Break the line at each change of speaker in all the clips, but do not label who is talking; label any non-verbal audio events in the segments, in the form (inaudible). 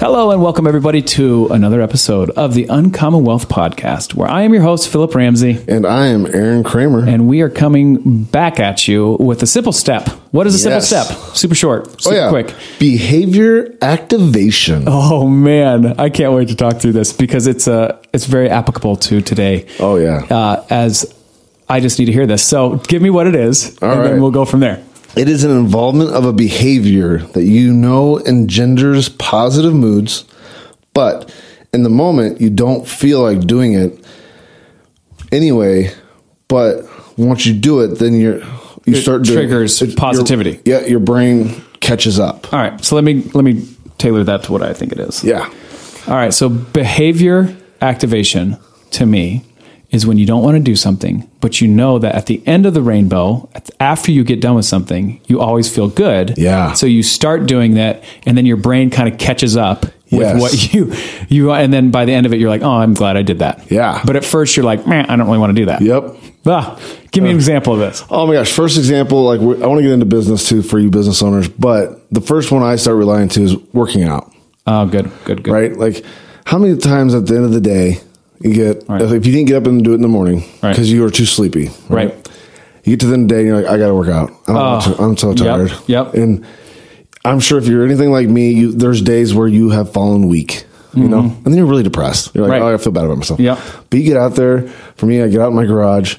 Hello, and welcome everybody to another episode of the Uncommon Wealth Podcast, where I am your host, Philip Ramsey,
And I am Aaron Kramer.
and we are coming back at you with a simple step. What is a
Yes. Oh,
simple step? Super short, super quick.
Behavior activation. Oh,
Oh man, I can't wait to talk through this because it's uh, it's very applicable to today.
Oh, yeah.
Uh, as I just need to hear this. So give me what it is,
All
and
right.
then we'll go from there.
it is an involvement of a behavior that you know engenders positive moods, but in the moment you don't feel like doing it anyway, but once you do it, then you're you
It
start doing
triggers
it- your-
positivity. Uh.
yeah, your brain catches up.
All right, so let me let me tailor that to what I think it is.
Yeah.
All right. So behavior activation to me is when you don't want to do something, but you know that at the end of the rainbow, at- after you get done with something, you always feel good.
Yeah.
So you start doing that, and then your brain kind of catches up with
Yes.
what you you, and then by the end of it, you're like, oh, I'm glad I did that.
Yeah.
But at first, you're like, man, I don't really want to do that.
Yep.
Ah, give me an example of this.
Oh my gosh! First example, like we- I want to get into business too for you business owners, but the first one I start relying to is working out,
Oh, good, good, good.
right? Like, how many times at the end of the day you get
Right.
if you didn't get up and do it in the morning
Right.
because you were too sleepy,
Right. (laughs)
You get to the end of the day and you're like, I got to work out. I'm,
Oh.
I'm so
Yep,
tired.
yep.
And I'm sure if you're anything like me, you, there's days where you have fallen weak, you know, and then you're really depressed. You're like,
Mm-hmm. Right.
oh, I feel bad about myself.
Yep.
But you get out there. For me, I get out in my garage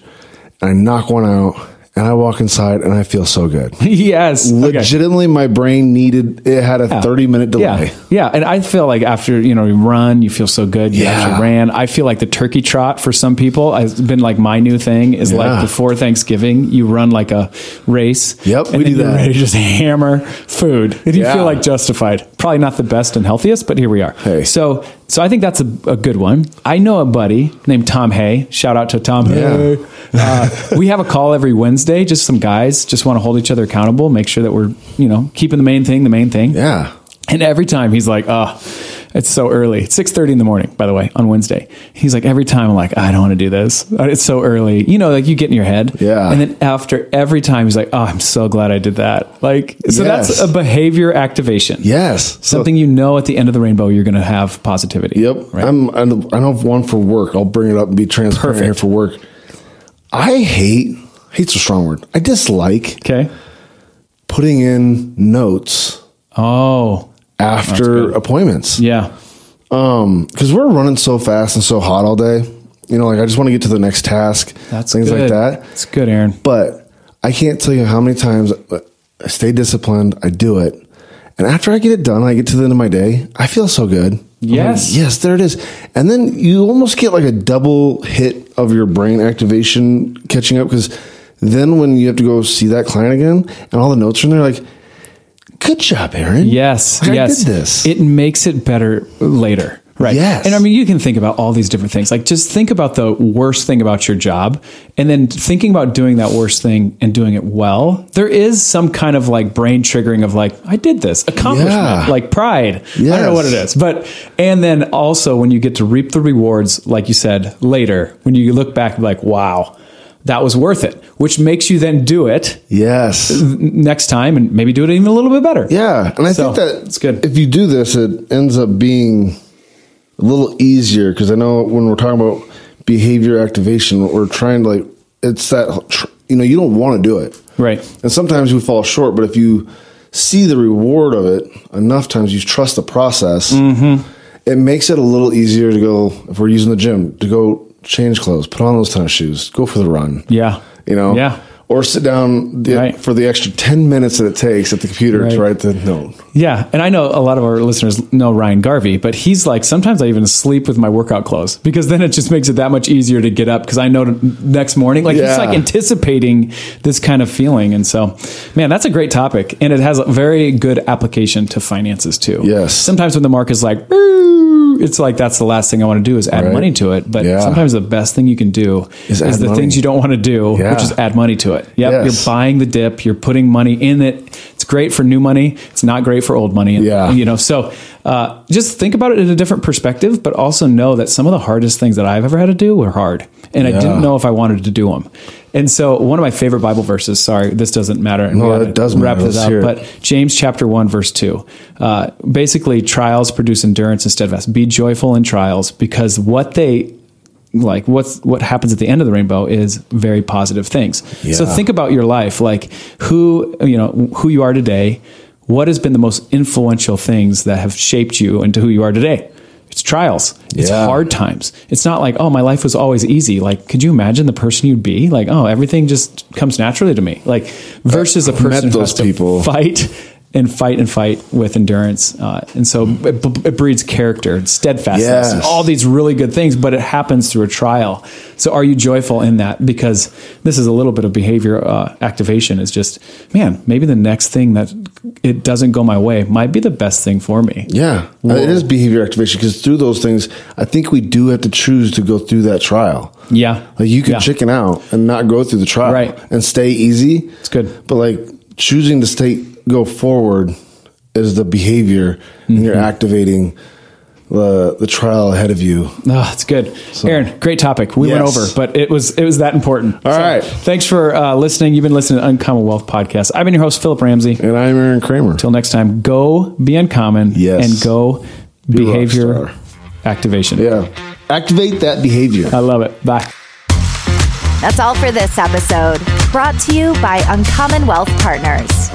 and I knock one out. And I walk inside and I feel
(laughs)
so good
yes. Okay.
legitimately my brain needed it had a 30 minute delay
Yeah, yeah, and I feel like after you know you run, you feel so good. You
Yeah.
actually ran. I feel like the turkey trot for some people has been like my new thing. Is like
Yeah.
before Thanksgiving, you run like a race.
Yep,
and
we
then
do
you're
that.
ready to just hammer food, and you
Yeah.
feel like justified. Probably not the best and healthiest, but here we are.
Hey.
So, so I think that's a, a good one. I know a buddy named Tom Hay. Shout out to Tom
Yeah.
Hay. Uh, we have a call every Wednesday. Just some guys just want to hold each other accountable, make sure that we're you know keeping the main thing the main thing.
yeah
And every time he's like, oh, it's so early. It's 6.30 in the morning, by the way, on Wednesday. He's like, every time I'm like, I don't want to do this. It's so early. You know, like you get in your head.
Yeah.
And then after every time he's like, oh, I'm so glad I did that. Like, so that's
Yes.
a behavior activation.
yes So-
Something you know at the end of the rainbow, you're going to have positivity.
yep I'm, i i don't have one for work i'll bring it up and be transparent here
Perfect.
for work i hate hate's a strong word i dislike
Okay.
putting in notes
Oh,
after appointments
yeah.
um because we're running so fast and so hot all day you know like i just want to get to the next task
That's
things
good.
like that
That's good, Aaron.
but I can't tell you how many times I stay disciplined. I do it. And after I get it done, I get to the end of my day. I feel so good. I'm
Yes.
like, yes, there it is. And then you almost get like a double hit of your brain activation catching up because then when you have to go see that client again and all the notes are in there, like, good job, Aaron.
Yes,
I
yes.
did this.
It makes it better later. Right.
Yes.
And I mean, you can think about all these different things. Like, just think about the worst thing about your job and then thinking about doing that worst thing and doing it well. There is some kind of like brain triggering of like, I did this accomplishment,
Yeah.
like pride. I don't know
Yes.
what it is. But, and then also when you get to reap the rewards, like you said later, when you look back, like, wow, that was worth it, which makes you then do it
yes.
next time and maybe do it even a little bit better.
Yeah, and I
So,
think that
it's good.
If you do this, it ends up being a little easier because I know when we're talking about behavior activation, we're trying to like it's that tr- you know you don't want to do it,
Right.
and sometimes we fall short. But if you see the reward of it enough times, you trust the process.
Mm-hmm.
It makes it a little easier to go if we're using the gym to go change clothes, put on those tennis shoes, go for the run.
Yeah.
you know
Yeah.
or sit down the,
Right.
for the extra 10 minutes that it takes at the computer to
Right.
write the note.
Yeah, and I know a lot of our listeners know Ryan Garvey, but he's like sometimes I even sleep with my workout clothes because then it just makes it that much easier to get up because I know to- next morning like
Yeah.
it's like anticipating this kind of feeling, and so man, that's a great topic, and it has a very good application to finances too.
Yes.
sometimes when the market is like, "Boo," it's like that's the last thing I want to do is add
Right.
money to it, but
Yeah.
sometimes the best thing you can do
Is
is,
add
the
money.
things you don't want to do,
Yeah.
which is add money to it. Yep,
Yes.
you're buying the dip, you're putting money in it. It's great for new money. It's not great for old money.
Yeah.
You know, so uh, just think about it in a different perspective, but also know that some of the hardest things that I've ever had to do were hard. And I
Yeah.
didn't know if I wanted to do them. And so one of my favorite Bible verses, sorry, this doesn't matter. and
No,
we ought
that
to
does
wrap
matter.
this
Let's
up,
hear it.
but James chapter 1 verse 2. Uh, basically trials produce endurance and steadfast. Be joyful in trials because what they like what's what happens at the end of the rainbow is very positive things. So
Yeah.
think about your life like who you know who you are today, what has been the most influential things that have shaped you into who you are today? It's trials. It's
Yeah.
hard times. It's not like, oh, my life was always easy. Like, could you imagine the person you'd be? Like, oh, everything just comes naturally to me. Like, versus a
I've met
person who
those
has to
people.
fight and fight and fight with endurance. Uh, and so it, it breeds character and steadfastness,
Yes.
and all these really good things, but it happens through a trial. So are you joyful in that? Because this is a little bit of behavior uh, activation is just, man, maybe the next thing that it doesn't go my way might be the best thing for me.
Yeah, it is behavior activation because through those things, I think we do have to choose to go through that trial.
Yeah.
Like you can
Yeah.
chicken out and not go through the trial
Right.
and stay easy. It's
good.
But like choosing to stay go forward is the behavior and
Mm-hmm.
you're activating the the trial ahead of you.
Oh, it's good, Aaron. Great topic. We went
Yes.
over, but it was it was that important. All right.
right.
Thanks for uh, listening. You've been listening to Uncommon Wealth Podcast. I've been your host, Philip Ramsey.
And I'm Aaron Kramer.
Till next time, go be uncommon
Yes.
and go
a rock
behavior
star.
activation.
yeah. Activate that behavior.
I love it. Bye.
That's all for this episode, brought to you by Uncommon Wealth Partners.